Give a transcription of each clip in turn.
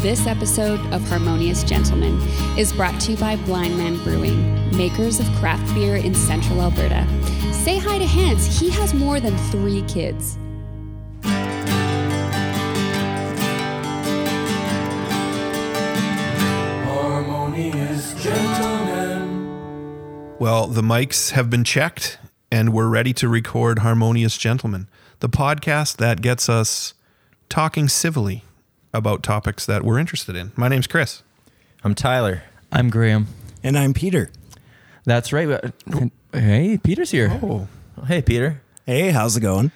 This episode of Harmonious Gentlemen is brought to you by Blind Man Brewing, makers of craft beer in central Alberta. Say hi to Hans, he has more than three kids. Harmonious gentlemen. Well, the mics have been checked and we're ready to record Harmonious Gentlemen, the podcast that gets us talking civilly about topics that we're interested in. My name's Chris. I'm Tyler. I'm Graham. And I'm Peter. That's right. Uh, Hey, Peter's here. Oh, Hey, Peter. Hey, how's it going?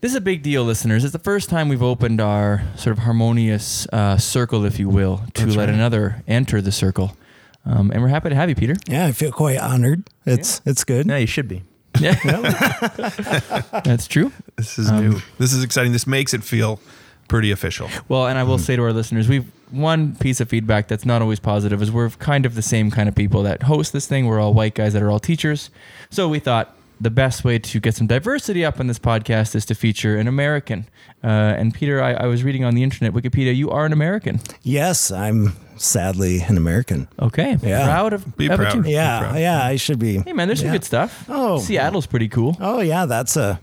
This is a big deal, listeners. It's the first time we've opened our sort of harmonious uh, circle, if you will, to That's let right. another enter the circle. Um, and we're happy to have you, Peter. Yeah, I feel quite honored. It's it's good. No, you should be. That's true. this is new. This is exciting. This makes it feel pretty official. Well, and I Mm-hmm. will say to our listeners, we've one piece of feedback that's not always positive is we're kind of the same kind of people that host this thing. We're all white guys that are all teachers. So we thought the best way to get some diversity up in this podcast is to feature an American. Uh, and Peter, I, I was reading on the internet, Wikipedia, you are an American. Yes, I'm sadly an American. Okay. Yeah. Proud of Be of it proud. too. Yeah, proud. yeah, I should be. Hey man, there's some Yeah. good stuff. Oh. Seattle's pretty cool. Oh yeah, that's a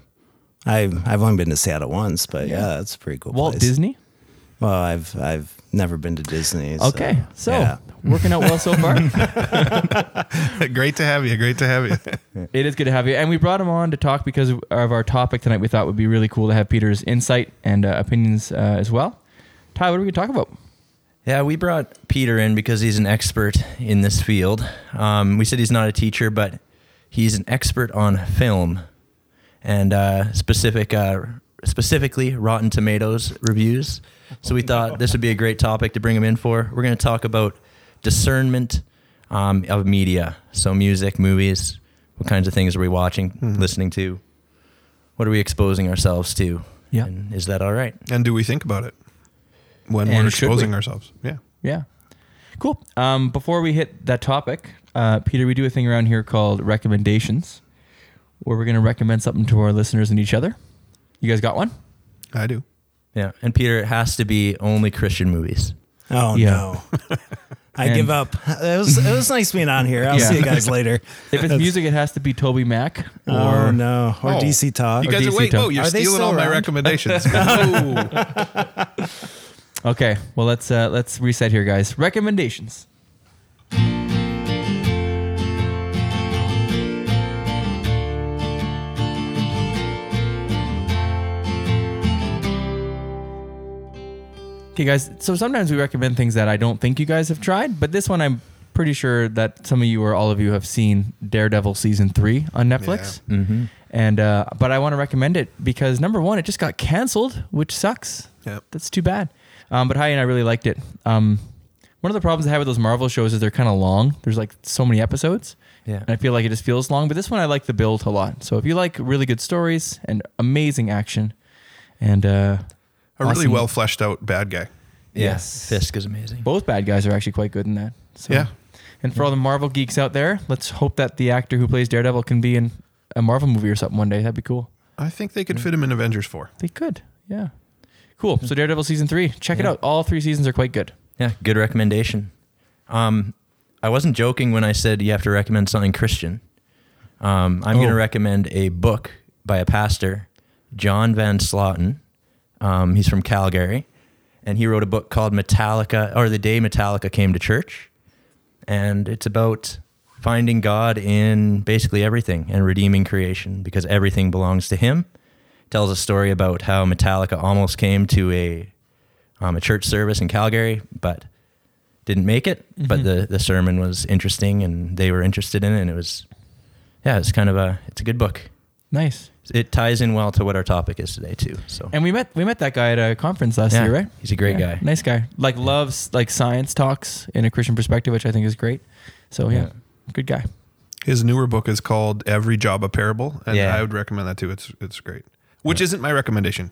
I I've only been to Seattle once, but yeah, that's a pretty cool. Walt place. Disney. Well, I've I've never been to Disney. so, Okay. So, yeah. working out well so far. Great to have you. Great to have you. It is good to have you. And we brought him on to talk because of our topic tonight. We thought would be really cool to have Peter's insight and uh, opinions uh, as well. Ty, what are we going to talk about? Yeah, we brought Peter in because he's an expert in this field. Um, we said he's not a teacher, but he's an expert on film and uh, specific, uh, specifically Rotten Tomatoes reviews. So we thought this would be a great topic to bring him in for. We're going to talk about discernment um, of media, so music, movies, what kinds of things are we watching, listening to, what are we exposing ourselves to, Yeah. and is that all right? And do we think about it when And we're should we? exposing ourselves? Yeah. Yeah. Cool. Um, before we hit that topic, uh, Peter, we do a thing around here called recommendations where we're going to recommend something to our listeners and each other. You guys got one? I do. Yeah, and Peter, it has to be only Christian movies. Oh Yeah. no. I And- give up. It was it was nice being on here. I'll Yeah. see you guys later. If it's music, it has to be Toby Mac. Or oh no. Or Oh. DC Talk. You guys are DC wait. Talk. Whoa, you're Are they stealing still all my around? recommendations. oh, Okay, well let's uh, let's reset here, guys. Recommendations. Okay, guys. So sometimes we recommend things that I don't think you guys have tried, but this one I'm pretty sure that some of you or all of you have seen Daredevil season three on Netflix. Mm-hmm. And uh, but I want to recommend it because number one, it just got canceled, which sucks. Yep. That's too bad. Um, but Hai and I really liked it. Um, one of the problems I have with those Marvel shows is they're kind of long. There's like so many episodes, Yeah. and I feel like it just feels long. But this one, I like the build a lot. So if you like really good stories and amazing action, and uh, a really awesome- well fleshed out bad guy. Yes. Fisk is amazing. both bad guys are actually quite good in that. So, Yeah. And for all the Marvel geeks out there, let's hope that the actor who plays Daredevil can be in a Marvel movie or something one day. That'd be cool. I think they could fit him in Avengers Four. They could. Yeah. Cool. So Daredevil season three. Check it Yeah. out. All three seasons are quite good. Yeah, good recommendation. Um, I wasn't joking when I said you have to recommend something Christian. Um, I'm going to Oh. recommend a book by a pastor, John Van Sloten. Um, he's from Calgary, and he wrote a book called Metallica, or The Day Metallica Came to Church, and it's about finding God in basically everything and redeeming creation because everything belongs to Him. tells a story about how Metallica almost came to a um, a church service in Calgary, but didn't make it. But the, the sermon was interesting, and they were interested in it, and it was yeah, it's kind of a it's a good book. Nice. It ties in well to what our topic is today too. So And we met we met that guy at a conference last Yeah. year, right? He's a great Yeah. guy. Nice guy. Like loves like science talks in a Christian perspective, which I think is great. So yeah, Yeah. good guy. His newer book is called Every Job a Parable, and Yeah. I would recommend that too. It's it's great. Which isn't my recommendation.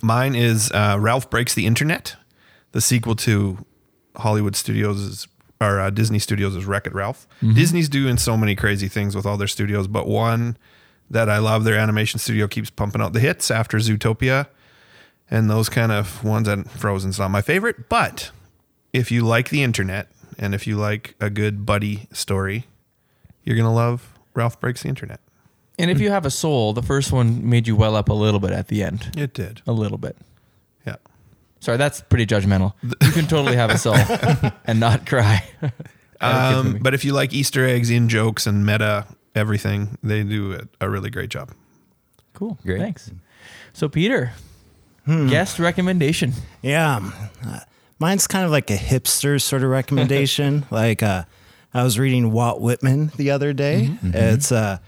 Mine is uh, Ralph Breaks the Internet, the sequel to Hollywood Studios' or uh, Disney Studios' Wreck It Ralph. Disney's doing so many crazy things with all their studios, but one that I love, their animation studio keeps pumping out the hits after Zootopia and those kind of ones. And Frozen's not my favorite, but if you like the internet and if you like a good buddy story, you're gonna love Ralph Breaks the Internet. And if you have a soul, the first one made you well up a little bit at the end. It did. A little bit. Yeah. Sorry, that's pretty judgmental. You can totally have a soul and not cry. That would get to Um, me. but if you like Easter eggs, in jokes, and meta everything, they do a, a really great job. cool. Great. Thanks. So, Peter, guest recommendation. Yeah. Uh, Mine's kind of like a hipster sort of recommendation. like uh, I was reading Walt Whitman the other day. It's uh,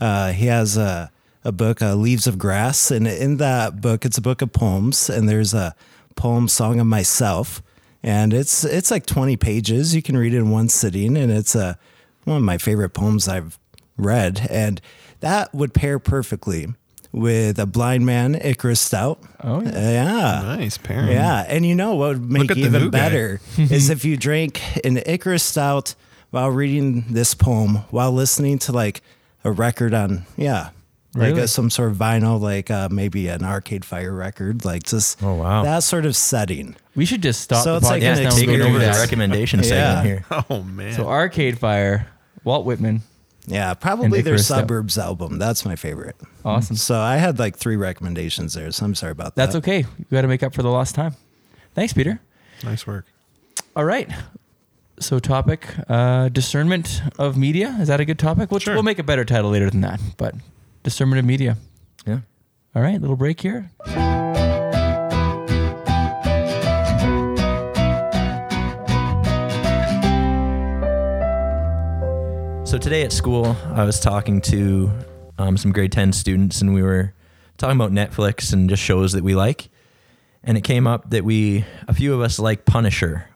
uh, he has a a book, uh, Leaves of Grass, and in that book, it's a book of poems, and there's a poem song of myself, and it's it's like 20 pages. You can read it in one sitting, and it's a one of my favorite poems I've read, and that would pair perfectly with a blind man Icarus Stout. Oh yeah, Nice pairing. yeah, and you know what would make at it the new even guy. better is if you drank an Icarus Stout while reading this poem, while listening to like a record on, yeah, like Really? a, some sort of vinyl, like uh, maybe an Arcade Fire record, like just Oh, wow. that sort of setting. We should just stop So the it's like podcast an now and Take go it do over to the that. recommendation Yeah. segment here. Oh man. So, Arcade Fire, Walt Whitman. Yeah, probably their Icarus Stout. Suburbs album. That's my favorite. Awesome. So I had like three recommendations there, so I'm sorry about That's that. okay. You got to make up for the lost time. Thanks, Peter. nice work. All right. So, topic uh, discernment of media. Is that a good topic? We'll, Sure. we'll make a better title later than that, but discernment of media. Yeah. All right, little break here. So today at school, I was talking to um, some grade 10 students, and we were talking about Netflix and just shows that we like. And it came up that we, a few of us, like Punisher,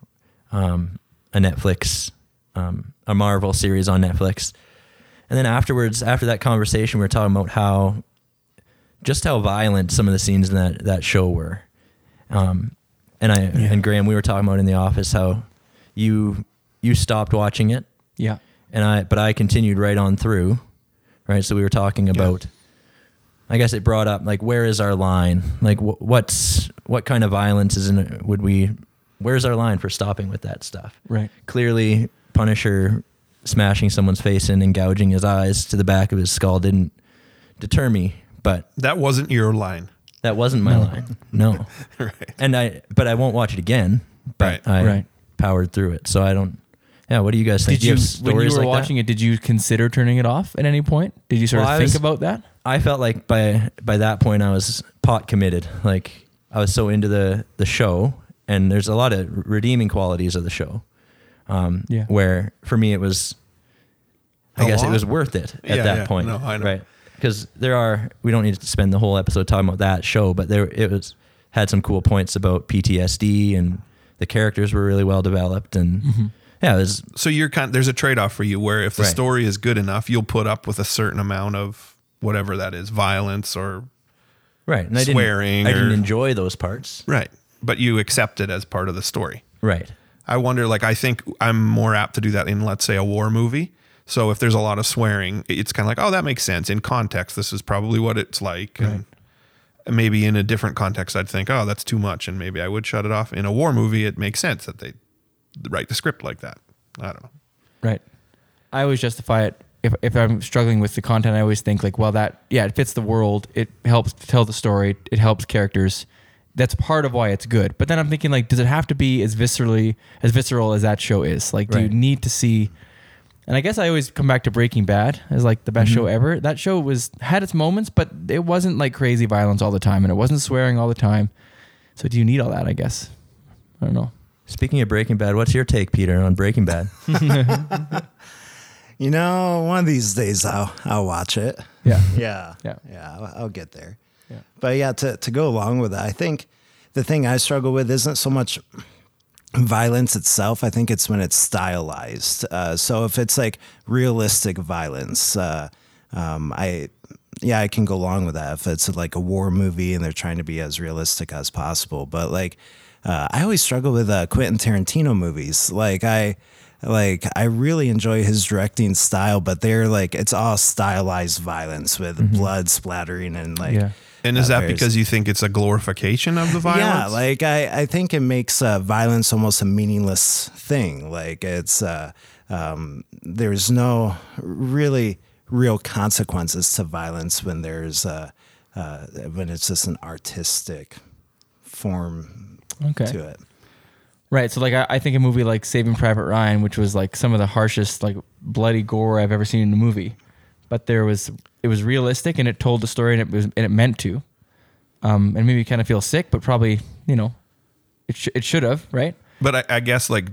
um, a Netflix, um, a Marvel series on Netflix. And then afterwards, after that conversation, we were talking about how just how violent some of the scenes in that, that show were. Um, and I and Graham, we were talking about in the office how you you stopped watching it Yeah. and I but I continued right on through, right? So we were talking about. I guess it brought up like where is our line? Like wh- what's what kind of violence is in it? Would we? Where's our line for stopping with that stuff? Right. Clearly, Punisher smashing someone's face in and gouging his eyes to the back of his skull didn't deter me, but That wasn't your line. that wasn't my line. No. Right. And I but I won't watch it again. But Right. I Right. powered through it. So I don't. Yeah. What do you guys think? Did Do you, have when you stories were like that? watching it, did you consider turning it off at any point? Did you sort Well, of I think was- about that? I felt like by by that point I was pot committed. Like I was so into the the show, and there's a lot of redeeming qualities of the show. Um, Yeah. Where for me it was, I A guess it lot? was worth it at Yeah, that yeah. point. No, I know. Right. Because there are we don't need to spend the whole episode talking about that show, but there it was had some cool points about PTSD and the characters were really well developed and Mm-hmm. yeah, it was So you're kind. There's a trade off for you where if the Right. story is good enough, you'll put up with a certain amount of whatever that is, violence or right. And I Swearing didn't, I didn't or- enjoy those parts. right. But you accept it as part of the story. Right. I wonder, like, I think I'm more apt to do that in, let's say, a war movie. So if there's a lot of swearing, it- it's kind of like, oh, that makes sense. In context, this is probably what it's like. And maybe in a different context, I'd think, oh, that's too much. And maybe I would shut it off. In a war movie, it makes sense that they write the script like that. I don't know. Right. I always justify it if if I'm struggling with the content. I always think like, well, that yeah, it fits the world. It helps tell the story. It helps characters. That's part of why it's good. But then I'm thinking like, does it have to be as viscerally as visceral as that show is? Like, do you Right. need to see? And I guess I always come back to Breaking Bad as like the best show ever. That show was had its moments, but it wasn't like crazy violence all the time, and it wasn't swearing all the time. So do you need all that? I guess. I don't know. Speaking of Breaking Bad, what's your take, Peter, on Breaking Bad? You know, one of these days I'll I'll watch it. Yeah. yeah, Yeah. yeah. I'll, I'll get there. Yeah. But yeah, to to go along with that, I think the thing I struggle with isn't so much violence itself. I think it's when it's stylized. Uh, so if it's like realistic violence, uh, um, I yeah, I can go along with that. If it's like a war movie and they're trying to be as realistic as possible, but like uh, I always struggle with uh, Quentin Tarantino movies. Like I. Like I really enjoy his directing style, but they're like it's all stylized violence with blood splattering and like Yeah. And is uh, that various- because you think it's a glorification of the violence? Yeah, like I, I think it makes uh, violence almost a meaningless thing. Like it's, uh, um, there's no really real consequences to violence when there's, uh, uh, when it's just an artistic form Okay. to it. Right. So like I, I think a movie like Saving Private Ryan, which was like some of the harshest like bloody gore I've ever seen in a movie, but there was it was realistic and it told the story and it was and it meant to, um, and maybe you kind of feel sick, but probably you know, it sh- it should have right. But I, I guess like,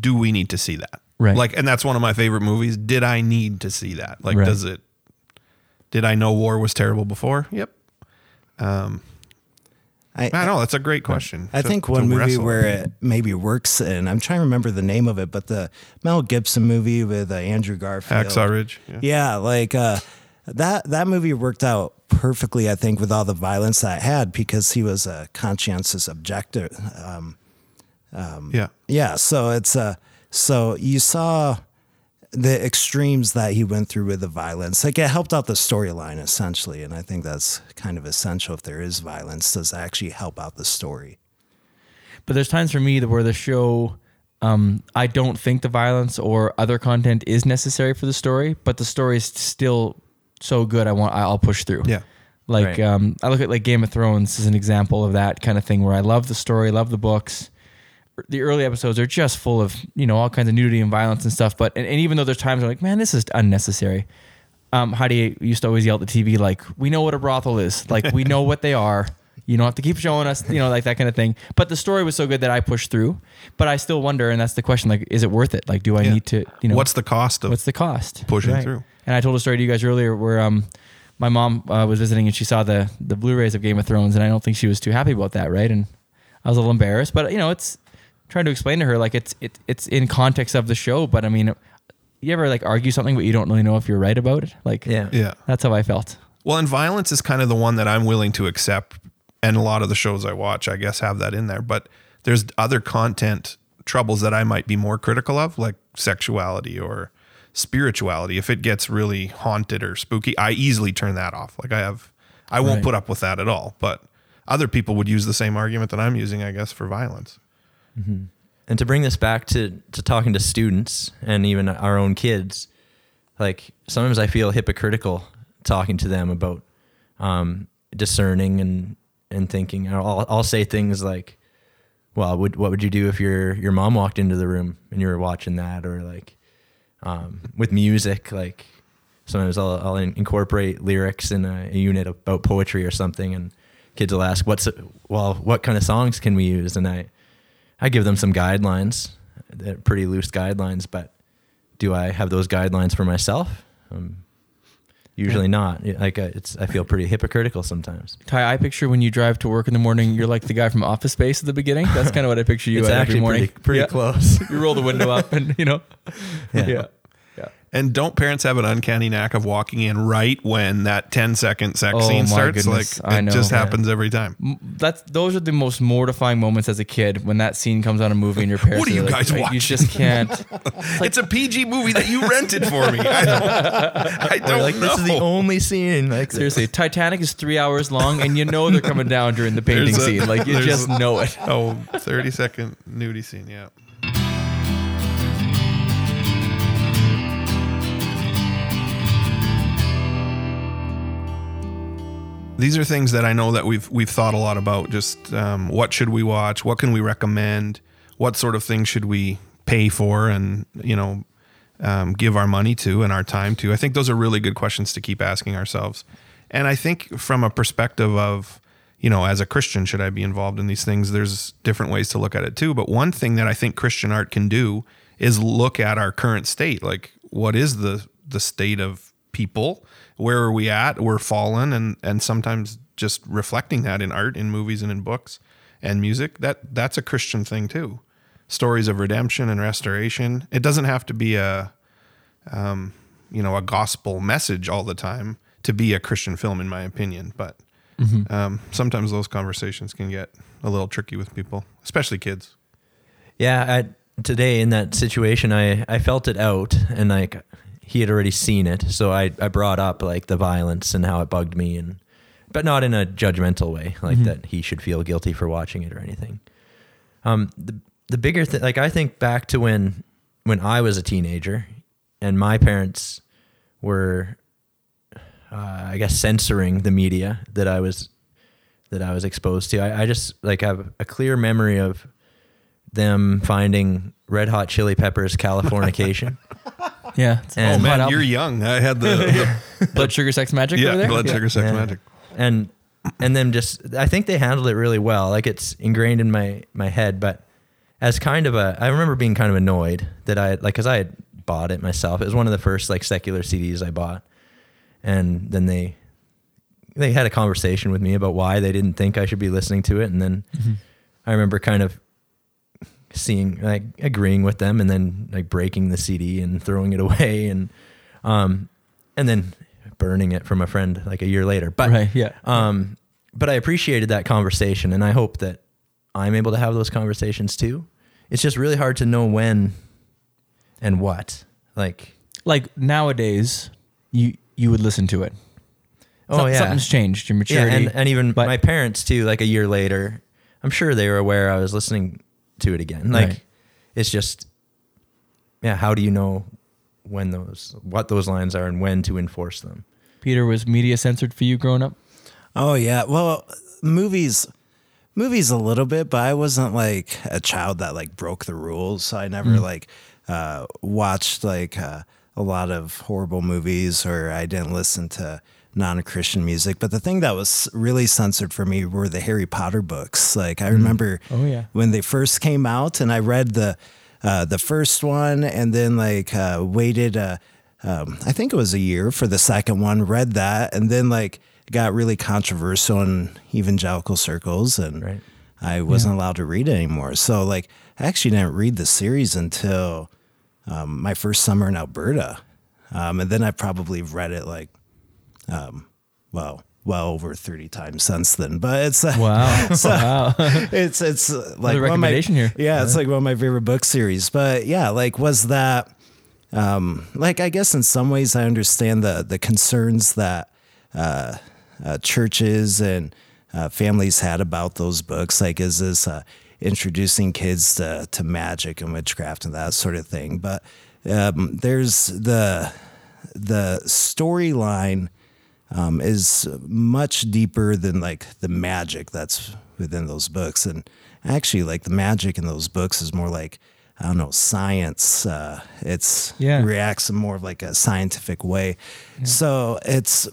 do we need to see that? Right. Like, and that's one of my favorite movies. Did I need to see that? Like, Right. does it? Did I know war was terrible before? Yep. Um, I, I know that's a great question. I to- think to one movie wrestle. where it maybe works, and I'm trying to remember the name of it, but the Mel Gibson movie with uh, Andrew Garfield. Hacksaw Ridge. Yeah. Yeah, like uh, that that movie worked out perfectly, I think, with all the violence that it had because he was a conscientious objector. Um, Yeah. yeah, so it's uh, so you saw the extremes that he went through with the violence. Like it helped out the storyline essentially, and I think that's kind of essential. If there is violence, does it actually help out the story? But there's times for me that where the show, um, I don't think the violence or other content is necessary for the story, but the story is still so good. I want I'll push through. Yeah. Like Right. um, I look at like Game of Thrones as an example of that kind of thing where I love the story, love the books. Er, The early episodes are just full of you know all kinds of nudity and violence and stuff. But and, and even though there's times where I'm like, man, this is unnecessary. Um, Heidi used to always yell at the TV like, we know what a brothel is. Like we know what they are. You don't have to keep showing us, you know, like that kind of thing. But the story was so good that I pushed through. But I still wonder, and that's the question: like, is it worth it? Like, do I Yeah. need to, you know, what's the cost of what's the cost pushing through. and i told a story to you guys earlier where um my mom uh, was visiting and she saw the the blu-rays of game of thrones and i don't think she was too happy about that right and i was a little embarrassed but you know it's trying to explain to her like it's it, it's in context of the show but i mean you ever like argue something but you don't really know if you're right about it like Yeah. yeah. that's how i felt Well, and violence is kind of the one that I'm willing to accept. And a lot of the shows I watch, I guess, have that in there. But there's other content troubles that I might be more critical of, like sexuality or spirituality. If it gets really haunted or spooky, I easily turn that off. Like I have, I won't Right. put up with that at all. But other people would use the same argument that I'm using, I guess, for violence. And to bring this back to, to talking to students and even our own kids, like sometimes I feel hypocritical talking to them about um, discerning and, and thinking. I'll, I'll say things like, well, would, what would you do if your, your mom walked into the room and you were watching that? Or like um, with music, like sometimes I'll, I'll in- incorporate lyrics in a, a unit about poetry or something. And kids will ask, what's, well, what kind of songs can we use? And I, I give them some guidelines, they're pretty loose guidelines, but do I have those guidelines for myself? Um, usually not. Yeah, Like uh, it's, I feel pretty hypocritical sometimes. Ty, I picture when you drive to work in the morning, you're like the guy from Office Space at the beginning. That's kind of what I picture you it's at every actually morning. pretty, pretty Yeah. close. You roll the window up, and you know, Yeah. yeah. And don't parents have an uncanny knack of walking in right when that 10 second sex Oh scene my starts? goodness, Like I it know, just yeah. happens every time. that's those are the most mortifying moments as a kid when that scene comes on a movie and your parents are you like, guys "Right, watching?" You just can't. it's a PG movie that you rented for me. I don't, I They're don't like know. this is the only scene. Like Seriously, Titanic is three hours long, and you know they're coming down during the painting There's a- scene. Like you there's just a- know it. oh, 30 second nudie scene. Yeah. These are things that I know that we've we've thought a lot about. Just um, what should we watch? What can we recommend? What sort of things should we pay for? And you know, um, give our money to and our time to? I think those are really good questions to keep asking ourselves. And I think from a perspective of, you know, as a Christian, should I be involved in these things? There's different ways to look at it too. But one thing that I think Christian art can do is look at our current state. Like, what is the the state of people? Where are we at? We're fallen, and and sometimes just reflecting that in art, in movies, and in books and music. That that's a Christian thing too stories of redemption and restoration. It doesn't have to be a, um, you know, a gospel message all the time to be a Christian film, in my opinion. But Mm-hmm. um, sometimes those conversations can get a little tricky with people, especially kids. Yeah, I, today in that situation, I, I felt it out, and like he had already seen it, so I, I brought up like the violence and how it bugged me, and but not in a judgmental way, like that he should feel guilty for watching it or anything. Um, the the bigger thing, like I think back to when when I was a teenager, and my parents were, uh, I guess, censoring the media that I was that I was exposed to. I, I just like have a clear memory of them finding Red Hot Chili Peppers Californication. Yeah. It's And- oh man, Blood you're young. I had the, blood sugar sex magic the over yeah, there. blood sugar sex Yeah. magic. and and then just I think they handled it really well. Like it's ingrained in my my head, but as kind of a I remember being kind of annoyed that I like cuz I had bought it myself. It was one of the first like secular CDs I bought. And then they they had a conversation with me about why they didn't think I should be listening to it and then Mm-hmm. I remember kind of seeing like agreeing with them and then like breaking the CD and throwing it away and um and then burning it from a friend like a year later. But Right. Yeah. um, but I appreciated that conversation, and I hope that I'm able to have those conversations too. It's just really hard to know when and what. Like, Like nowadays, you you would listen to it. oh Some- yeah, something's changed. Your yeah, maturity. and, and even but- my parents too. Like a year later, I'm sure they were aware I was listening to it again. Like, Right. it's just, yeah. How do you know when those, what those lines are, and when to enforce them? Peter was media censored for you growing up. Oh yeah. Well, movies movies a little bit, but I wasn't like a child that like broke the rules. So I Mm. never like uh watched like uh, a lot of horrible movies or I didn't listen to non-Christian music. But the thing that was really censored for me were the Harry Potter books. Like I remember Oh, yeah. when they first came out and I read the uh, the first one and then like uh, waited uh, um, I think it was a year for the second one read that and then like got really controversial in evangelical circles and Right. I wasn't allowed to read it anymore so like I actually didn't read the series until um, my first summer in Alberta um, and then I probably read it like um, well well over 30 times since then but it's uh, Wow. so- wow. it's it's uh, like Another one of my- recommendation here. Yeah, it's like one of my favorite book series. But yeah, like was that um like I guess in some ways I understand the the concerns that uh, uh churches and uh, families had about those books. Like is this uh introducing kids to to magic and witchcraft and that sort of thing. But um there's the the storyline um, is much deeper than like the magic that's within those books. And actually, like the magic in those books is more like I don't know science. Uh, it's Yeah. reacts in more of like a scientific way. So it's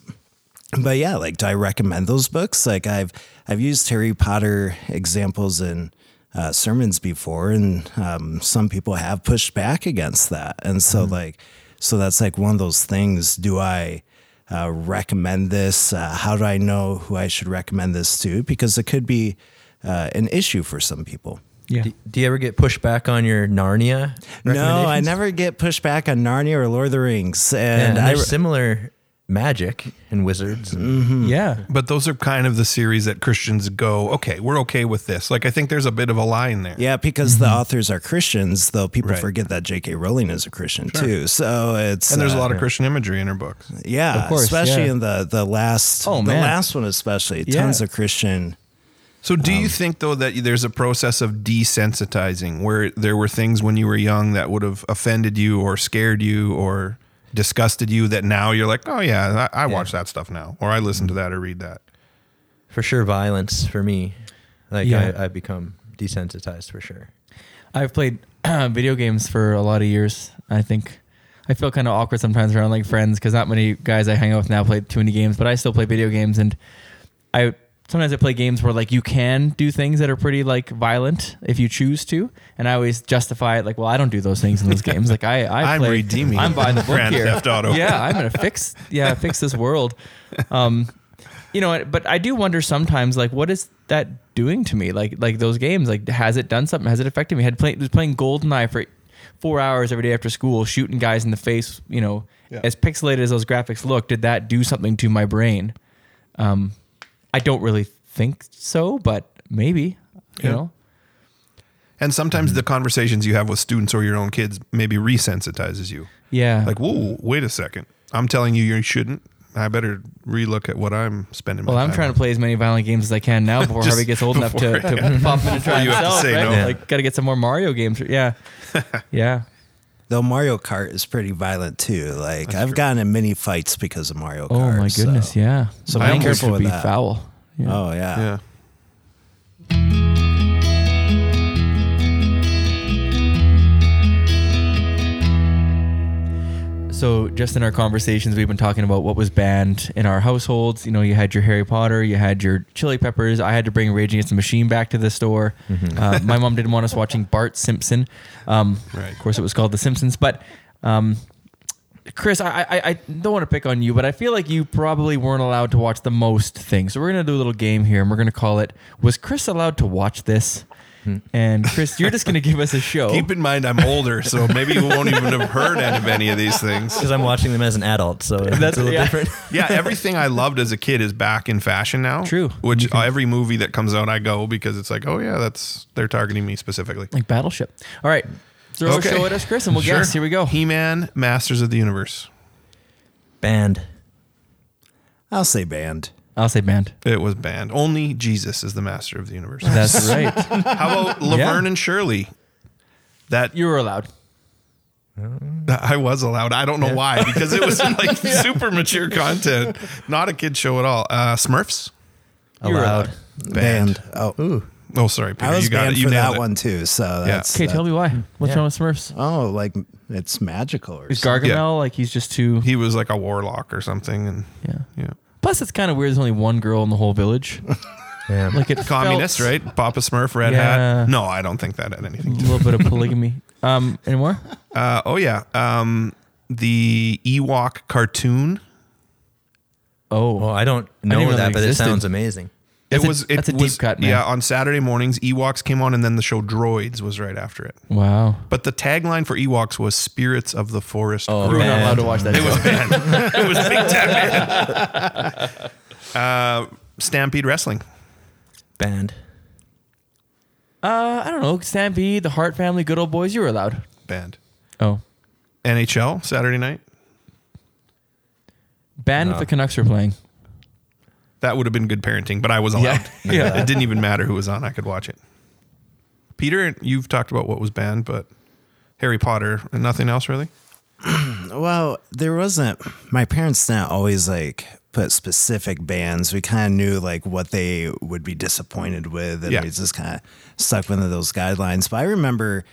but yeah, like do I recommend those books? Like I've I've used Harry Potter examples in uh, sermons before, and um, some people have pushed back against that, and so Mm-hmm. like so that's like one of those things. Do I uh, recommend this? Uh, how do I know who I should recommend this to? Because it could be uh, an issue for some people. Yeah. Do, do you ever get pushback on your Narnia? No, I recommendations? never get pushed back on Narnia or Lord of the Rings, and and I there's similar magic and wizards. Mm. And, Yeah. But those are kind of the series that Christians go, okay, we're okay with this. Like I think there's a bit of a line there. Yeah, because the authors are Christians, though people Right. forget that J.K. Rowling is a Christian too. So it's And there's a uh, lot of Christian imagery in her books. yeah, course, especially yeah. in the the last Oh, the man. last one especially Yeah. tons of Christian. So, do Um, you think though that there's a process of desensitizing where there were things when you were young that would have offended you or scared you or disgusted you that now you're like, oh yeah, I, I watch that stuff now, or I listen to that or read that. for sure violence for me like Yeah. I, i've become desensitized for sure I've played video games for a lot of years. I think I feel kind of awkward sometimes around like friends because not many guys I hang out with now play too many games, but I still play video games and I sometimes I play games where like you can do things that are pretty like violent if you choose to, and I always justify it like, well, I don't do those things in those games. Like I, I I'm play, redeeming I'm buying the book Grand here. Theft Auto. Yeah, I'm gonna fix. Yeah, fix this world. Um, you know, but I do wonder sometimes, like, what is that doing to me? Like, like those games, like, has it done something? Has it affected me? Had play, was playing GoldenEye for four hours every day after school, shooting guys in the face. You know, as pixelated as those graphics look, did that do something to my brain? Um, I don't really think so, but maybe. You Yeah. know, And sometimes the conversations you have with students or your own kids maybe resensitizes you. yeah, Like, whoa, wait a second, I'm telling you you shouldn't. I better relook at what I'm spending. Well, my I'm time trying on. to play as many violent games as I can now before Just Harvey gets old enough to, before, to pop in and try you have to himself. say right? no. Yeah. Like, got to get some more Mario games. Yeah, yeah. Though Mario Kart is pretty violent too. Like I've true. gotten in many fights because of Mario Oh Kart. my goodness, so- yeah. So I Mine be almost careful could with be that. foul. Yeah. Oh yeah. Yeah. So, just in our conversations, we've been talking about what was banned in our households. You know, you had your Harry Potter, you had your Chili Peppers. I had to bring Rage Against the Machine back to the store. Uh, my mom didn't want us watching Bart Simpson. Um, Right. Of course, it was called The Simpsons. But, um, Chris, I, I, I don't want to pick on you, but I feel like you probably weren't allowed to watch the most things. So, we're going to do a little game here, and we're going to call it Was Chris Allowed to Watch This? And, Chris, you're just going to give us a show. Keep in mind, I'm older, so maybe you won't even have heard any of any of these things. because I'm watching them as an adult, so That's- that's a little yeah. different. yeah, everything I loved as a kid is back in fashion now. True. Which every movie that comes out, I go because it's like, oh yeah, that's they're targeting me specifically. Like Battleship. All right. Throw Okay. a show at us, Chris, and we'll Sure. guess. Here we go. He-Man, Masters of the Universe. Banned. I'll say banned. I'll say banned. It was banned. Only Jesus is the Master of the Universe. That's right. How about Laverne and Shirley? That You were allowed. I was allowed. I don't know why because it was like super mature content, not a kid show at all. Uh, Smurfs. You were Allowed. Banned. Oh, Oh, sorry, Peter, I was you got banned it. You for nailed that it. one too. So that's Okay, tell me why. What's Yeah. wrong with Smurfs? Oh, like it's magical or Hmm. Is something. Gargamel Yeah. like he's just too? He was like a warlock or something, and Yeah. yeah. Plus, it's kind of weird. There's only one girl in the whole village. Yeah. Like it Communist, felt right? Papa Smurf, red Yeah. hat. No, I don't think that had anything. A little bit of polygamy. Um, anymore? Uh, oh yeah, um, the Ewok cartoon. Oh, Well, I don't know even know that, that but it existed. sounds amazing. That's it a- was. it that's a deep was, cut, man. Yeah, on Saturday mornings, Ewoks came on, and then the show Droids was right after it. wow. But the tagline for Ewoks was "Spirits of the Forest." Oh, You grow." were not man. allowed to watch that. It show. was banned. it was big time banned. Uh, Stampede Wrestling. Banned. Uh, I don't know. Stampede, the Hart family, good old boys. You were allowed. Banned. Oh, NHL Saturday night. banned if the Canucks were playing. That would have been good parenting, but I was allowed. Yeah. Yeah. It didn't even matter who was on. I could watch it. Peter, you've talked about what was banned, but Harry Potter and nothing else really. Well, there wasn't. My parents didn't always like put specific bands. We kind of knew like what they would be disappointed with, and Yeah. we just kind of stuck within those guidelines. But I remember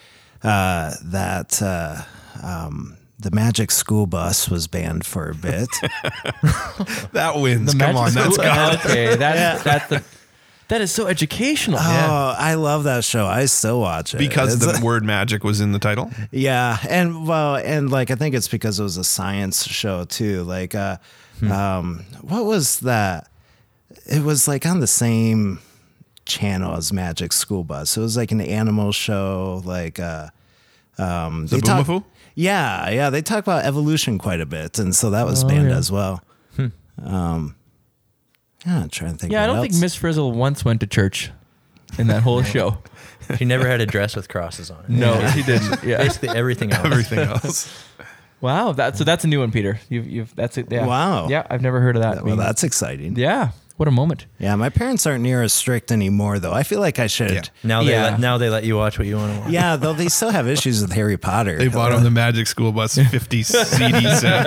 uh, that uh, um, the Magic School Bus was banned for a bit. That wins. Come Magic on, School- that's okay. That's that's the, that is so educational. Oh, I love that show. I still watch it because It's- the word magic was in the title. Yeah, and well, and like I think it's because it was a science show too. Like, uh, Hmm. um, what was that? It was like on the same channel as Magic School Bus. It was like an animal show. Like, uh, um, The they talk- Boomafoo? Yeah, yeah, they talk about evolution quite a bit, and so that Oh, was banned as well. Um, yeah, I'm trying to think. Hmm. Yeah, I what don't think else. Miss Frizzle once went to church in that whole show. She never had a dress with crosses on it. No, she didn't. Yeah. Basically everything else. Everything else. Wow. That, so that's a new one, Peter. You've, you've that's it. Yeah. Wow. Yeah, I've never heard of that. Well, being- that's exciting. Yeah. yeah. What a moment. my parents aren't near as strict anymore, though. I feel like I should. Yeah. Now they Yeah. let, now they let you watch what you want to watch. Yeah, though they still have issues with Harry Potter. They bought him the Magic School Bus 50 CD set.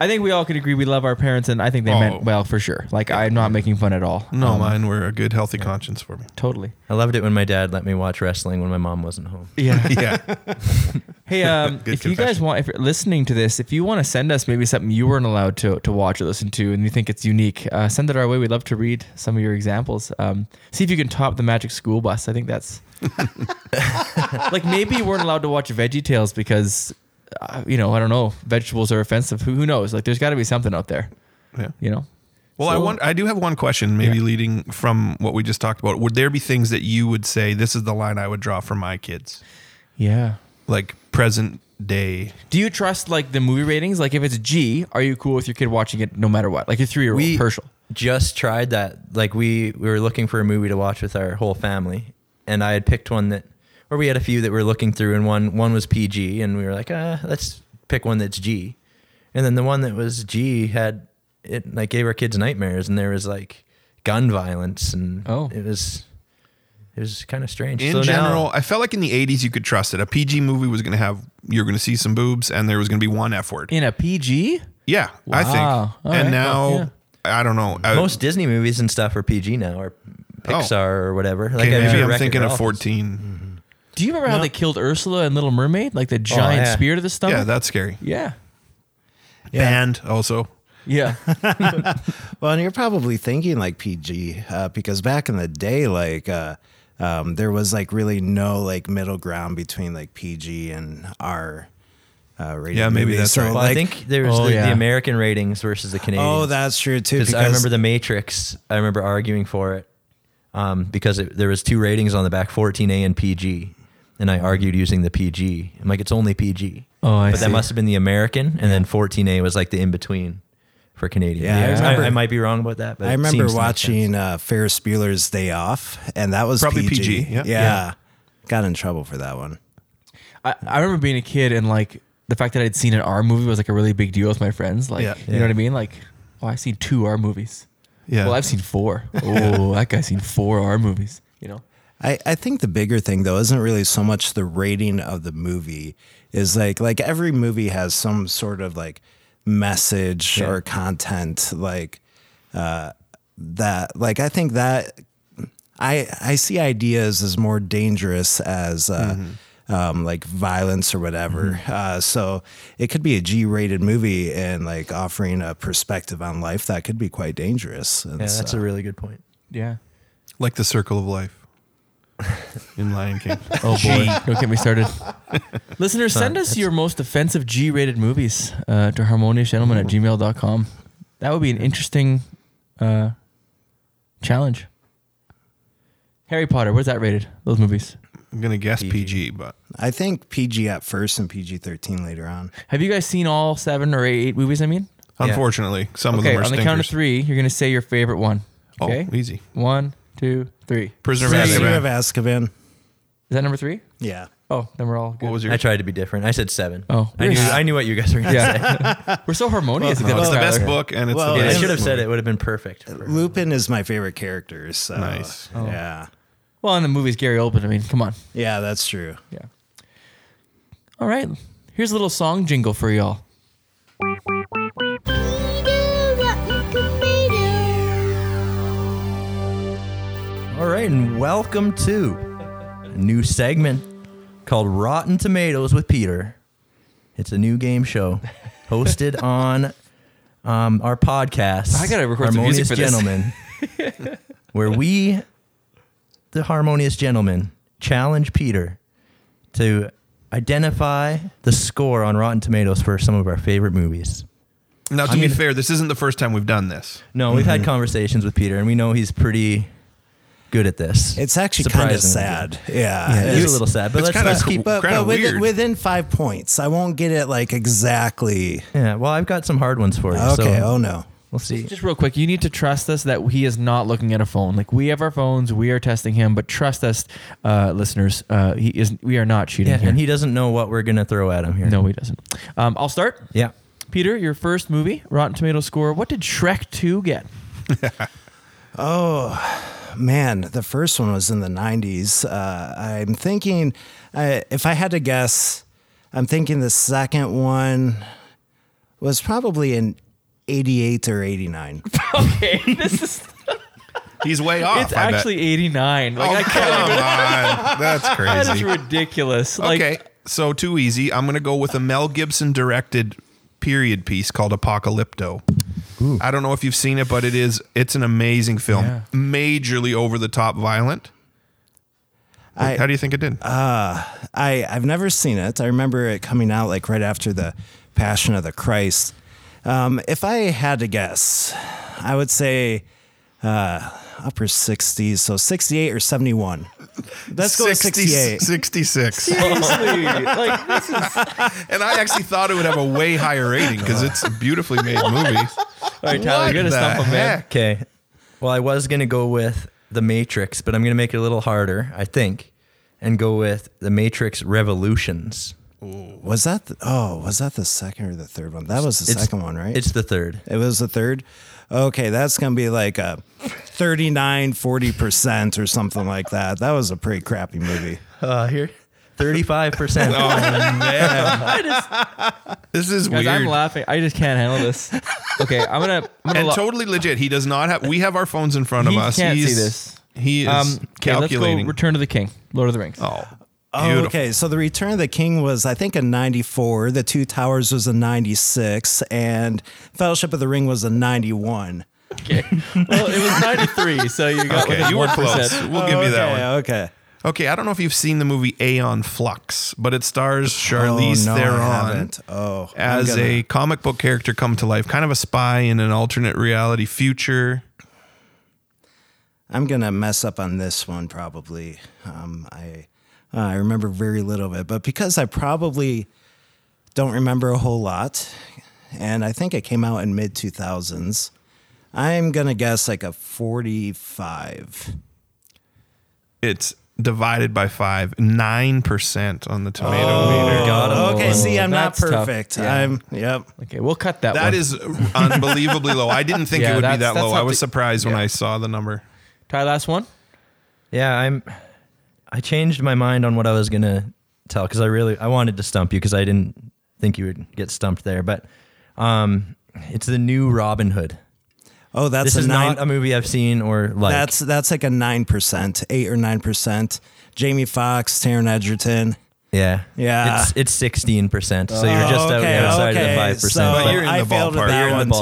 I think we all could agree we love our parents, and I think they Oh. Mm. meant well for sure. Like I'm not making fun at all. No, mine were a good, healthy conscience for me. Totally. I loved it when my dad let me watch wrestling when my mom wasn't home. Yeah. Yeah, Hey, um, Good if you guys confession. want, if you're listening to this, if you want to send us maybe something you weren't allowed to, to watch or listen to and you think it's unique, uh, send it our way. We'd love to read some of your examples. Um, see if you can top the Magic School Bus. I think that's like maybe you weren't allowed to watch Veggie Tales because, uh, you know, I don't know, vegetables are offensive. Who, who knows? Like there's got to be something out there, yeah. you know? Well, I So- want. I do have one question, maybe leading from what we just talked about. Would there be things that you would say? This is the line I would draw for my kids, Yeah. like present day. Do you trust like the movie ratings? Like if it's G, are you cool with your kid watching it no matter what? Like your three year old, We- Herschel. Just tried that. Like we we were looking for a movie to watch with our whole family, and I had picked one that, or we had "Ah, a few that we were looking through, and one one was PG, and we were like, uh, let's pick one that's G, And then the one that was G had it like gave our kids nightmares, and there was like gun violence, and Oh. it was it was kind of strange. In So now- general, I felt like in the 80s you could trust it. A PG movie was going to have, you're going to see some boobs and there was going to be one F word. in a PG. Yeah, I think. Wow. All and right. now, Well, I don't know. I- most Disney movies and stuff are PG now, or Oh. Pixar or whatever. Like okay, I'm maybe sure I'm Wreck-It thinking Ralph of is- 14. Do you remember how they killed Ursula and Little Mermaid, like the giant yeah. spear to the stomach? Oh, Yeah, that's scary. yeah, Band also. yeah. Well, and you're probably thinking like PG uh, because back in the day, like uh, um, there was like really no like middle ground between like PG and R. Uh, rated Yeah, maybe movies. that's so, right. Well, I like- think there was Oh, the, yeah. the American ratings versus the Canadian. Oh, that's true too. because I remember the Matrix. I remember arguing for it um, because it, there was two ratings on the back, 14A and PG, and I argued using the PG. I'm like, it's only PG. Oh, I but that see. must have been the American, and then 14A was like the in between for Canadian. Yeah, I remember- I, might be wrong about that. But I it remember seems to make sense. watching uh, Ferris Bueller's Day Off, and that was Probably PG. PG, yeah. yeah, got in trouble for that one. I, I remember being a kid and like the fact that I'd seen an R movie was like a really big deal with my friends. Like, Yeah. you know what I mean? Like, oh, I've seen two R movies. Yeah. Well, I've seen four. Oh, that guy's seen four R movies. You know? I, I think the bigger thing though isn't really so much the rating of the movie is like like every movie has some sort of like message or content like uh that like I think that I I see ideas as more dangerous as uh Mm-hmm. um like violence or whatever. Uh so it could be a G rated movie and like offering a perspective on life that could be quite dangerous. And Yeah, so- that's a really good point. Yeah. like the circle of life in Lion King. Oh boy! Don't get me started. Listeners, send us your most offensive G-rated movies uh, to harmoniousgentleman at gmail.com. That would be an interesting uh, challenge. Harry Potter, where's that rated? Those movies. I'm going to guess PG, but I think PG at first and PG thirteen later on. Have you guys seen all seven or eight movies? I mean, unfortunately, some of okay. them are On the stinkers. count of three, you're gonna say your favorite one. Oh, Okay, easy. one, two, three. Is Prisoner of Prisoner of Azkaban. Azkaban. that number three? Yeah. Oh, then we're all good. What was I your? tried to be different. I said seven. Oh. I knew, I knew what you guys were going to say. yeah, we're so harmonious. It's the together, best Skylar. book, and it's Well, the Yeah, I best. should have said it. Would have been perfect. Uh, for- Lupin is my favorite character. So Nice. Oh. Yeah. Well, in the movies, Gary Oldman. I mean, come on. Yeah, that's true. Yeah. All right. Here's a little song jingle for y'all. All right, and welcome to a new segment called Rotten Tomatoes with Peter. It's a new game show hosted on um, our podcast. I gotta record some music Harmonious for this. Gentlemen, where we, the harmonious gentlemen, challenge Peter to identify the score on Rotten Tomatoes for some of our favorite movies. Now, to I be mean- fair, this isn't the first time we've done this. No, we've Mm-hmm. had conversations with Peter, and we know he's pretty good at this. It's actually kind of Surprisingly sad. Yeah. good. It is a little sad, but it's let's kinda not cool. keep But, Kinda but within, weird. within five points, I won't get it like exactly. Yeah, well, I've got some hard ones for you. Okay. so oh no. we'll see. Just real quick, you need to trust us that he is not looking at a phone. Like we have our phones, we are testing him, but trust us, uh, listeners. Uh, he is. We are not cheating Yeah, here. and he doesn't know what we're gonna throw at him here. no, he doesn't. Um, I'll start. Yeah. Peter, your first movie, Rotten Tomato score. What did Shrek Two get? Man, the first one was in the 90s. Uh, I'm thinking, uh, if I had to guess, I'm thinking the second one was probably in 88 or 89. Okay, this is. He's way off. It's Oh, I bet. actually eighty nine. Like Oh I come can't even- on, that's that is Oh, crazy. ridiculous. Like Okay, so too easy. I'm gonna go with a Mel Gibson directed period piece called Apocalypto. I don't know if you've seen it, but it is it's an amazing film. Yeah. Majorly over the top violent. I- How do you think it did? I I've never seen it. I remember it coming out like right after the Passion of the Christ. Um, if I had to guess, I would say uh, upper 60s, so 68 or 71. Let's go with 68. 66. seriously, like this is And I actually thought it would have a way higher rating because it's a beautifully made movie. All right, What Tyler, you're the gonna stump him, man. heck? Okay. Well, I was gonna go with the Matrix, but I'm gonna make it a little harder, I think, and go with the Matrix Revolutions. Was that the, oh was that the second or the third one? That was the It's- second one, right? It's the third. It was the third. Okay, that's going to be like a 39, 40% or something like that. That was a pretty crappy movie. Uh, here, thirty-five percent. This is Guys, weird. I'm laughing. I just can't handle this. Okay, I'm gonna. I'm gonna and lo- totally legit. He does not have. We have our phones in front of He us. can't see He's, this. He is Um, okay, let's go. calculating. Return to the King, Lord of the Rings. oh, Oh, beautiful. okay, so The Return of the King was, I think, a 94. The Two Towers was a 96. And Fellowship of the Ring was a 91. Okay. well, it was 93, so you got Okay, within you were 1%. close. We'll give you that okay, one. okay. Okay, I don't know if you've seen the movie Aeon Flux, but it stars Oh, Charlize Oh, no, I Theron haven't. Oh, I'm as gonna- a comic book character come to life, kind of a spy in an alternate reality future. I'm going to mess up on this one probably. Um, I, I remember very little of it, but because I probably don't remember a whole lot, and I think it came out in mid 2000s, I'm going to guess like a 45. It's divided by five, nine percent on the tomato meter. Oh, Got him. okay, Oh, see, I'm not That's tough. perfect. Yeah. I'm, yep. Okay, we'll cut that. That one. is unbelievably low. I didn't think Yeah, it would be that's- that that's low. not I was the- surprised when yeah. I saw the number. Ty. Last one. yeah, I'm. I changed my mind on what I was gonna tell because I really I wanted to stump you because I didn't think you would get stumped there, but um, it's the new Robin Hood. Oh, that's This a is nine. not a movie I've seen or like. that's that's like a nine percent, eight or nine percent. Jamie Foxx, Taron Egerton. yeah, Yeah. Oh, It's it's sixteen percent. So you're just okay, out, outside of okay, the five so percent. But you're in I the failed with ballpark. Oh. that You're in one in the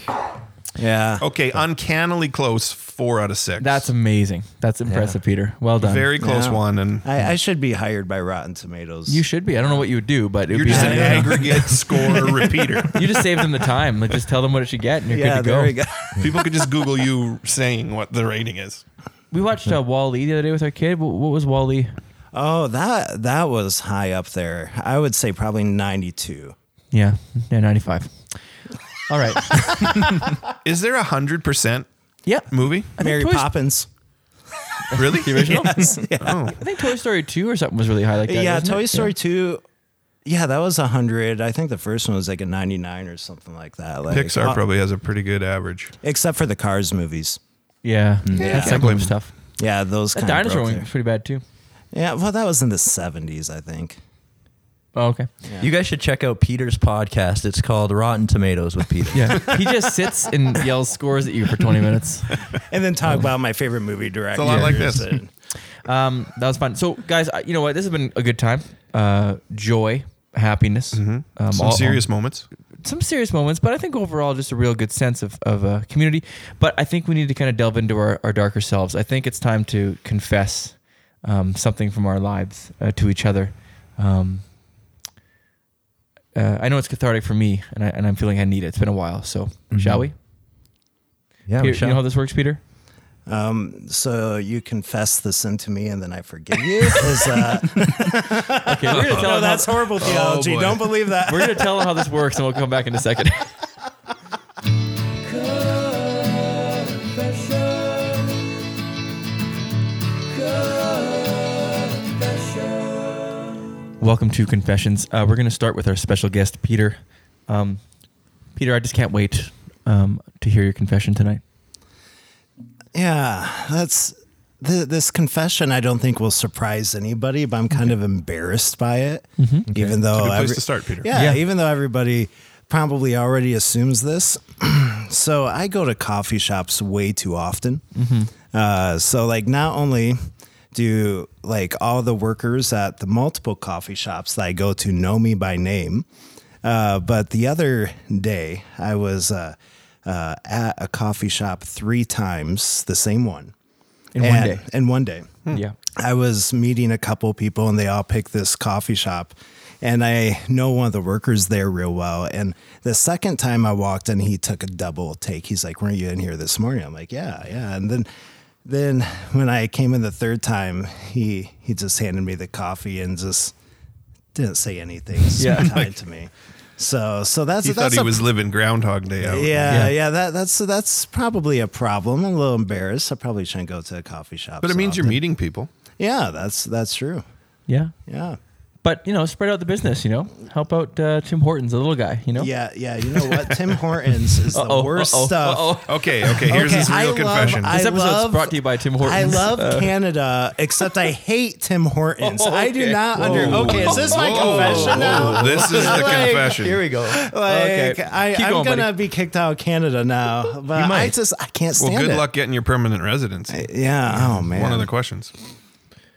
ballpark. too. Yeah. Okay, uncannily close, four out of six. That's amazing. That's impressive, Peter. Well done. very close Yeah. one, and I, I should be hired by Rotten Tomatoes. You should be. I don't know what you would do, but it would you're be. just an aggregate score repeater. you just save them the time. Like, just tell them what it should get, and you're yeah, good to there go. we go. People could just Google you saying what the rating is. We watched uh, Wall-E the other day with our kid. What, what was Wall-E? Oh, that that was high up there. I would say probably ninety two. Yeah, yeah, 95. All right. Is there a hundred percent yeah. movie? I think Mary Toy- Poppins. Really? The original? Oh, I think Toy Story 2 or something was really high like that. yeah, wasn't Toy it? Story two. Yeah, that was hundred. I think the first one was like a ninety nine or something like that. Like, Pixar uh, probably has a pretty good average. except for the Cars movies. Yeah. yeah. That second one was tough. Yeah, those That kind of dinosaur one was pretty bad, too. Yeah, well, that was in the seventies, I think. Oh, okay. You guys should check out Peter's podcast. It's called Rotten Tomatoes with Peter. Yeah. he just sits and yells scores at you for 20 minutes. And then talk about my favorite movie director. lot like this. Um, that was fun. So, guys, I- you know what? This has been a good time. Uh, joy, happiness. Um, Mm-hmm. Some all- serious moments. some serious moments, but I think overall just a real good sense of, of uh, community. But I think we need to kind of delve into our, our darker selves. I think it's time to confess um, something from our lives uh, to each other. Um, uh, I know it's cathartic for me, and, I, and I'm feeling I need it. It's been a while, so shall we? yeah. Peter- we shall. You know how this works, Peter? Um, so you confess the sin to me, and then I forgive you. Is, uh, Okay, we're gonna tell no, him how, that's horrible theology. Oh, boy. Don't believe that. we're gonna tell him how this works, and we'll come back in a second. Welcome to Confessions. Uh, we're going to start with our special guest, Peter. Um, Peter, I just can't wait um, to hear your confession tonight. Yeah, that's th- this confession. I don't think will surprise anybody, but I'm kind of embarrassed by it, even though Good place every- to start, Peter. Yeah, Yeah. even though everybody probably already assumes this. so I go to coffee shops way too often. Uh, so like, not only do like all the workers at the multiple coffee shops that I go to know me by name, uh, but the other day I was uh, uh, at a coffee shop three times, the same one. In one And- day. In one day. Yeah. I was meeting a couple people and they all picked this coffee shop. And I know one of the workers there real well. And the second time I walked in, he took a double take. He's like, Weren't you in here this morning? I'm like, Yeah, yeah. And then then when I came in the third time, he he just handed me the coffee and just didn't say anything. Yeah. Yeah. to me. So so that's He that's thought he a- was living Groundhog Day out. yeah, Yeah. yeah, That that's that's probably a problem. I'm a little embarrassed. I probably shouldn't go to a coffee shop. But it so means you're often. meeting people. Yeah, that's that's true. Yeah. Yeah. But you know, spread out the business. You know, help out uh, Tim Hortons, the little guy. You know, Yeah, yeah. You know what? Tim Hortons is the Uh-oh, worst uh-oh, stuff. uh-oh. Okay, okay. Here's Okay, his I real love- confession. I This episode's love- brought to you by Tim Hortons. Uh. I love Canada, except I hate Tim Hortons. Oh, I do okay. not under. Whoa. Okay, is this my Whoa. confession now? This is the Like, confession. Here we go. Like Okay. I, Keep I'm going, gonna buddy. be kicked out of Canada now, but I might. just I can't well, stand good it. luck getting your permanent residency. Yeah. Oh man. One of the questions.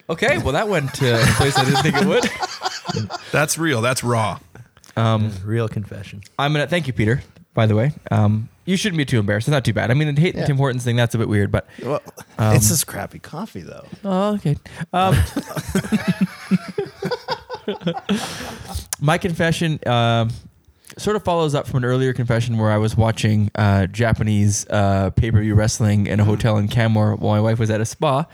Okay, well that went to a place I didn't think it would. That's real. That's raw. Real confession. I'm gonna thank you, Peter. By the way, um, you shouldn't be too embarrassed. It's not too bad. I mean, the hating Tim Hortons thing—that's a bit weird, but Well, Um, it's this crappy coffee though. Oh, okay. Um, my confession um sort of follows up from an earlier confession where I was watching uh, Japanese uh, pay per view wrestling in a hotel in Canmore while my wife was at a spa.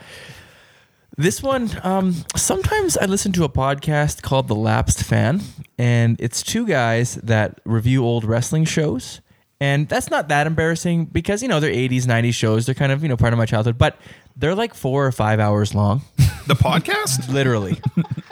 This one, um, sometimes I listen to a podcast called The Lapsed Fan, and it's two guys that review old wrestling shows. And that's not that embarrassing because, you know, they're 80s, 90s shows. They're kind of, you know, part of my childhood, but they're like four or five hours long, The podcast? literally.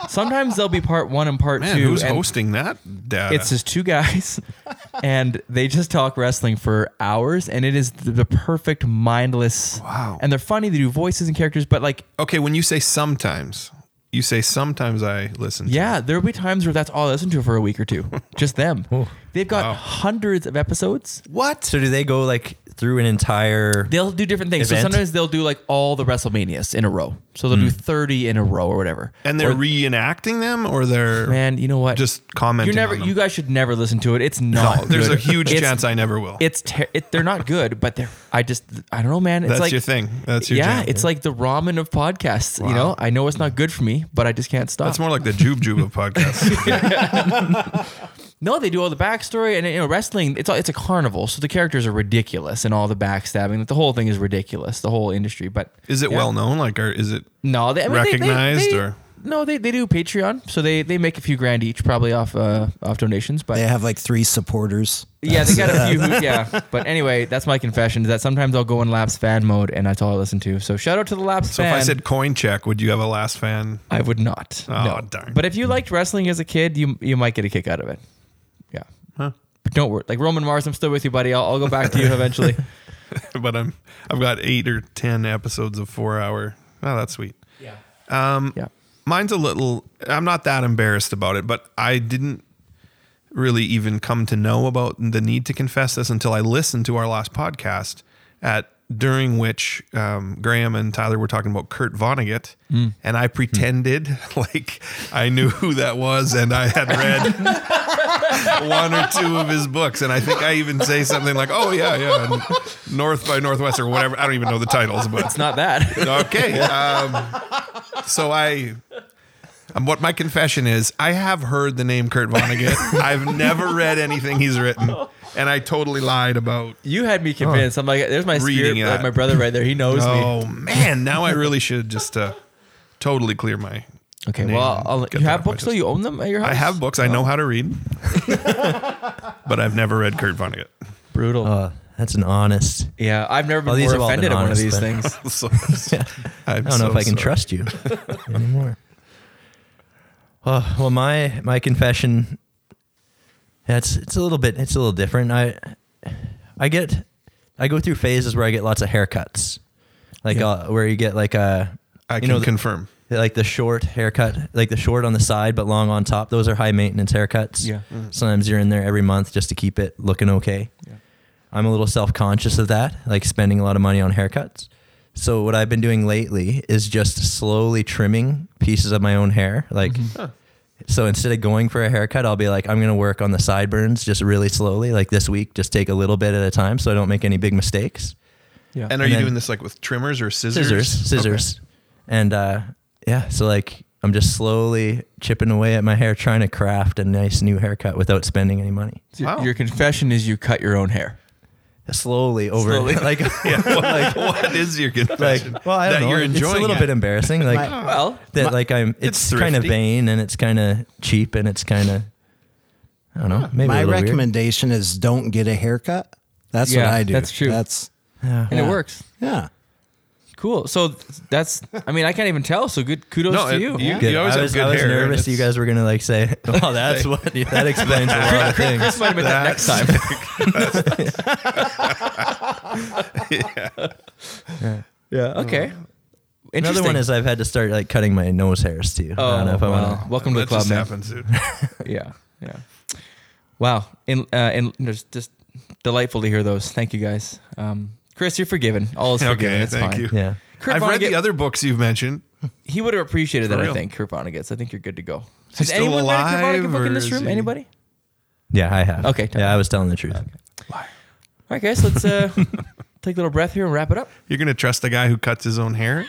sometimes they'll be part one and part Man, two. who's and hosting that? Data? It's just two guys, and they just talk wrestling for hours, and it is the the perfect mindless. Wow. And they're funny. They do voices and characters, but like okay. When you say sometimes, you say sometimes I listen. to Yeah, there'll be times where that's all I listen to for a week or two. Just them. They've got hundreds of episodes. What? So do they go like through an entire? They'll do different things. So Event. sometimes they'll do like all the WrestleManias in a row. So they'll do 30 in a row or whatever. Hmm. and they're Or- reenacting them, or they're man, you know what? just commenting. you never on them? Oh, you guys should never listen to it. It's not good. There's a huge It's- chance I never will. It's ter- it, they're not good, but they're I just I don't know, man. It's That's like your thing. That's your yeah, jam. it's like the ramen of podcasts. You know, I know it's not good for me, but I just can't stop. That's more like the Jube Jube of podcasts. No, they do all the backstory and you know wrestling. It's all, it's a carnival, so the characters are ridiculous and all the backstabbing. The whole thing is ridiculous. The whole industry, but Is it Yeah. well known? Like, or is it? no, they I mean, they- they- Recognized they- or- no, they, they do Patreon, so they they make a few grand each, probably off uh, off donations. But They have like three supporters. yeah, they got a few. Yeah, but anyway, that's my confession. Is that sometimes I'll go in Laps fan mode, and that's all I listen to. So shout out to the Laps So fan. if I said coin check, would you have a last fan? I would not. Oh, no. darn. But if you liked wrestling as a kid, you you might get a kick out of it. Yeah. But don't worry. Like Roman Mars, I'm still with you, buddy. I'll, I'll go back to you eventually. but I'm I've got eight or ten episodes of four hour. Oh, that's sweet. Mm. yeah. Mine's a little. I'm not that embarrassed about it, but I didn't really even come to know about the need to confess this until I listened to our last podcast at during which um, Graham and Tyler were talking about Kurt Vonnegut, Mm. and I pretended like I knew who that was, and I had read one or two of his books, and I think I even say something like, "Oh yeah, yeah, and North by Northwest or whatever." I don't even know the titles, but It's not that. okay. Um, so I, um, what my confession is, I have heard the name Kurt Vonnegut. I've never read anything he's written, and I totally lied about. You had me convinced. I'm like, there's my Reading spirit, it. like my brother right there. He knows me. Oh man, now I really should just uh, totally clear my. Okay, name well, and I'll, get you that have off my books though. chest. You own them at your house. I have books. I know how to read, but I've never read Kurt Vonnegut. brutal. Uh, that's an honest. yeah, I've never been Oh, these more have all been offended at one of honest, these then. things. So, I don't know if I can trust you anymore. Oh, well, my my confession. yeah, It's it's a little bit it's a little different. I I get I go through phases where I get lots of haircuts, like uh, where you get like a I you can know, the- confirm. like the short haircut, like the short on the side but long on top. Those are high maintenance haircuts. Yeah. Sometimes you're in there every month just to keep it looking okay. I'm a little self conscious of that, like spending a lot of money on haircuts. So what I've been doing lately is just slowly trimming pieces of my own hair, like. So instead of going for a haircut, I'll be like, I'm gonna work on the sideburns just really slowly, like this week, just take a little bit at a time, so I don't make any big mistakes Yeah, And are you then- doing this like with trimmers or scissors? scissors, scissors, and uh, yeah. So like, I'm just slowly chipping away at my hair, trying to craft a nice new haircut without spending any money. So your- Wow. your confession is you cut your own hair. Slowly over, Slowly. like, Okay. what is your like, confession? well, I don't that know. you're it's enjoying a little it. bit embarrassing, like Well, that. like I'm, it's it's, kind of thrifty. vain and it's kind of cheap and it's kind of, I don't know, maybe My a little weird. recommendation is don't get a haircut. That's Yeah, what I do. that's true. That's and it works. yeah. Cool. So that's. I mean, I can't even tell. So good. Kudos No, to it- you. you- Good. always I have was, good I was hair. nervous It's- that you guys were gonna like say, "Oh, that's what that explains a lot of things." This might have been that next time. yeah. Okay. Another Interesting. one is I've had to start like cutting my nose hairs too. Oh, I don't know if I well, want to. welcome to the That club, just man. happens, dude. Yeah, yeah. Wow, and uh, and there's just delightful to hear those. Thank you guys. Um, Chris, you're forgiven. All is forgiven. okay, it's thank fine. you. Yeah. Kurt I've Vonnegut- read the other books you've mentioned. He would have appreciated For that. I real. think Kurt Vonnegut's. I think you're good to go. Is he Has still anyone read a Kurt alive, Vonnegut book in or this is room? he- Anybody? Yeah, I have. Okay, tell Yeah, me. I was telling the truth. All right, guys. Let's uh, take a little breath here and wrap it up. You're gonna trust the guy who cuts his own hair?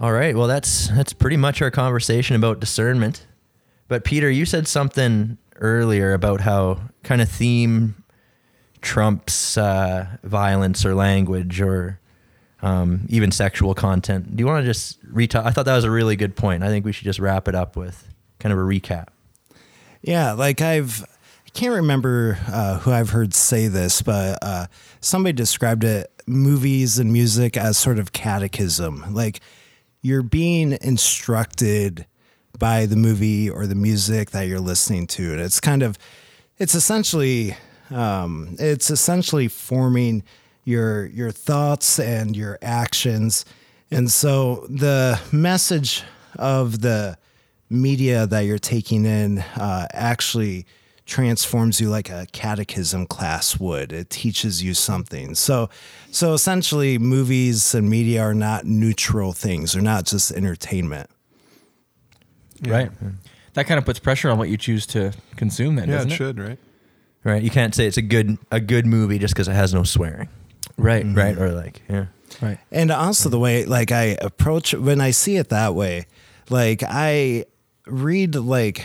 All right. Well, that's that's pretty much our conversation about discernment. But Peter, you said something earlier about how kind of theme trumps uh, violence or language or um, even sexual content. Do you want to just retell? I thought that was a really good point. I think we should just wrap it up with kind of a recap. Yeah, like I've I can't remember uh, who I've heard say this, but uh, somebody described it movies and music as sort of catechism. Like you're being instructed by the movie or the music that you're listening to, and it's kind of it's essentially um, it's essentially forming your your thoughts and your actions. And so the message of the media that you're taking in uh, actually transforms you like a catechism class would. It teaches you something. So, so essentially, movies and media are not neutral things. They're not just entertainment. Right. That kind of puts pressure on what you choose to consume. Then, yeah, doesn't it it? should, right? Right? You can't say it's a good a good movie just because it has no swearing. Right. Mm-hmm. Right? Or like, yeah. Right. And also the way like I approach when I see it that way, like I read like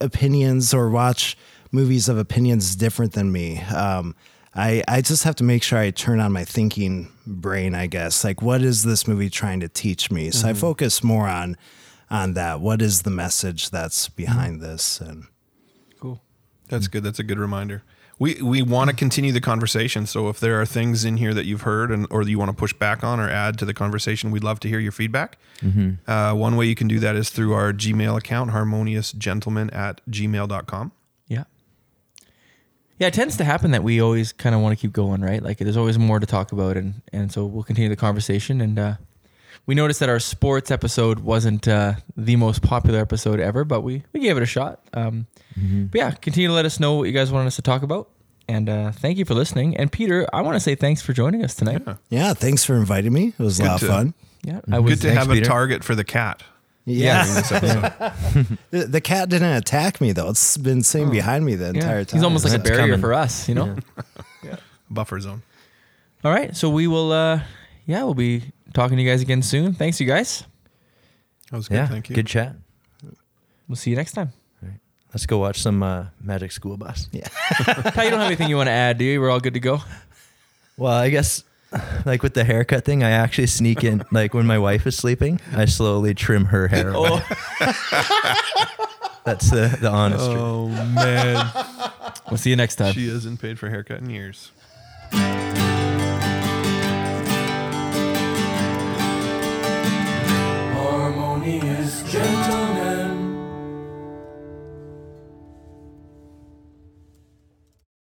opinions or watch movies of opinions different than me. Um, I I just have to make sure I turn on my thinking brain, I guess. Like what is this movie trying to teach me? Mm-hmm. So I focus more on on that. What is the message that's behind Mm-hmm. this? And Cool. That's good. That's a good reminder. We we want to continue the conversation. So if there are things in here that you've heard and or you want to push back on or add to the conversation, we'd love to hear your feedback. Uh, one way you can do that is through our Gmail account, harmoniousgentleman at gmail.com. Yeah. Yeah, it tends to happen that we always kind of want to keep going, right? Like there's always more to talk about, and and so we'll continue the conversation. And uh, we noticed that our sports episode wasn't uh, the most popular episode ever, but we we gave it a shot. Um, But yeah, continue to let us know what you guys want us to talk about, and uh, thank you for listening. And Peter, I want to say thanks for joining us tonight. Yeah, yeah, thanks for inviting me. It was a Good lot of to- fun. I was Good to thanks, have Peter. a target for the cat. Yeah. in this episode. The, the cat didn't attack me though. It's been sitting behind me the Oh. Yeah. entire time. He's almost like a That's barrier coming. for us, you know. Buffer zone. All right, so we will. uh Yeah, we'll be talking to you guys again soon. Thanks, you guys. That was good. Yeah. Thank you. Good chat. We'll see you next time. Let's go watch some uh, Magic School Bus. Ty, you don't have anything you want to add, do you? We're all good to go. Well, I guess like with the haircut thing, I actually sneak in like when my wife is sleeping, I slowly trim her hair. away. That's the, the honest truth. Oh man, We'll see you next time. she hasn't paid for haircut in years.